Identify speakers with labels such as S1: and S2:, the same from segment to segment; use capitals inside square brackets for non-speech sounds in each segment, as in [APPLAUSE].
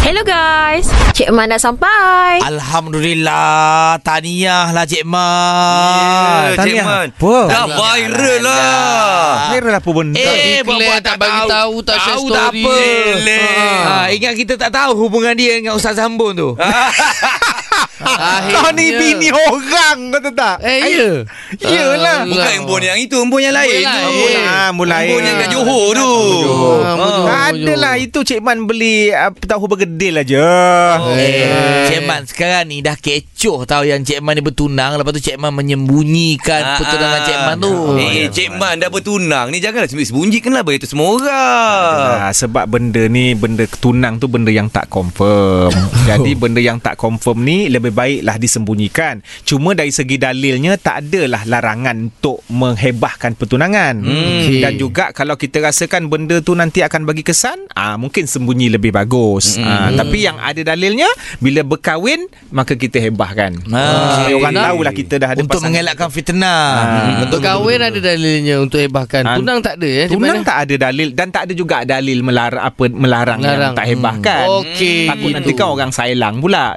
S1: Hello guys Cik Man dah sampai
S2: Alhamdulillah Tahniah lah Cik
S3: Ya,
S2: Man
S3: Cik
S4: tahniah.
S3: Man.
S4: Apa?
S3: Dah viral lah.
S4: Viral apa benda?
S2: Eh, buat-buat tak,
S5: tak bagi tahu, tak share
S2: tahu tak
S5: story.
S2: apa.
S3: Eleh.
S2: Ha, ingat kita tak tahu hubungan dia dengan Ustaz Sambun tu.
S5: Akhirnya.
S4: Kau Lah, ni bini orang kau tahu tak?
S5: Ya. Eh, ya. Ah,
S4: Iyalah.
S3: Bukan embun yang itu, Lah. embun yang lain.
S5: Embun
S3: tu.
S5: lain.
S4: Ah, mulai.
S3: Embun yang kat Johor tu.
S5: Johor. Ah,
S3: Ah.
S5: betul.
S4: Tak adalah itu Cik Man beli uh, tahu bergedil aja.
S3: Oh.
S2: Eh,
S5: Eh.
S2: Cik Man sekarang ni dah kecoh tahu yang Cik Man ni bertunang Lepas tu Cik Man menyembunyikan
S3: Ah,
S2: pertunangan
S3: ah.
S2: Cik Man tu
S3: Eh, Cik Man dah bertunang ni janganlah sembunyi-sembunyi kenal bagi tu semua orang.
S4: Ah, sebab benda ni benda tunang tu benda yang tak
S5: [LAUGHS]
S4: confirm. Jadi benda yang tak confirm ni lebih baiklah disembunyikan. Cuma dari segi dalilnya tak adalah larangan untuk menghebahkan pertunangan.
S3: Hmm.
S4: Dan juga kalau kita rasakan benda tu nanti akan bagi kesan, ah mungkin sembunyi lebih bagus.
S5: Hmm,
S4: Ah, tapi yang ada dalilnya bila berkahwin maka kita hebahkan.
S2: Ah,
S4: Supaya orang
S2: betul.
S4: tahulah kita dah ada
S2: Untuk
S4: pasangan.
S2: mengelakkan fitnah Hmm.
S5: Untuk kahwin ada dalilnya untuk hebahkan.
S4: Ah,
S5: Tunang tak ada eh. di
S4: Tunang
S5: mana?
S4: tak ada dalil dan tak ada juga dalil melarang apa melarang, melarang. yang
S5: Melarang.
S4: tak hebahkan.
S5: Hmm. Okey,
S4: Takut nanti
S5: gitu.
S4: kan orang sailang pula.
S5: Ah,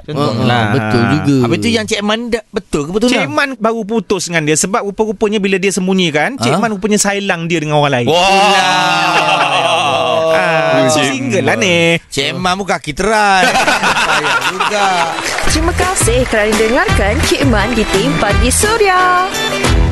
S5: ah, betul juga.
S2: Habis tu yang Cik Man dah betul ke
S4: Cik
S2: bertunang?
S4: Man baru putus dengan dia sebab rupa-rupanya bila dia sembunyikan,
S2: Ah?
S4: Cik Man rupanya sailang dia dengan orang lain.
S3: Wah.
S4: Ah, so
S3: Cik
S4: single lah
S3: Man.
S4: ni.
S2: Cik Man pun kaki teran Payah juga
S1: Terima kasih kerana dengarkan Cik Man di Tim Pagi Surya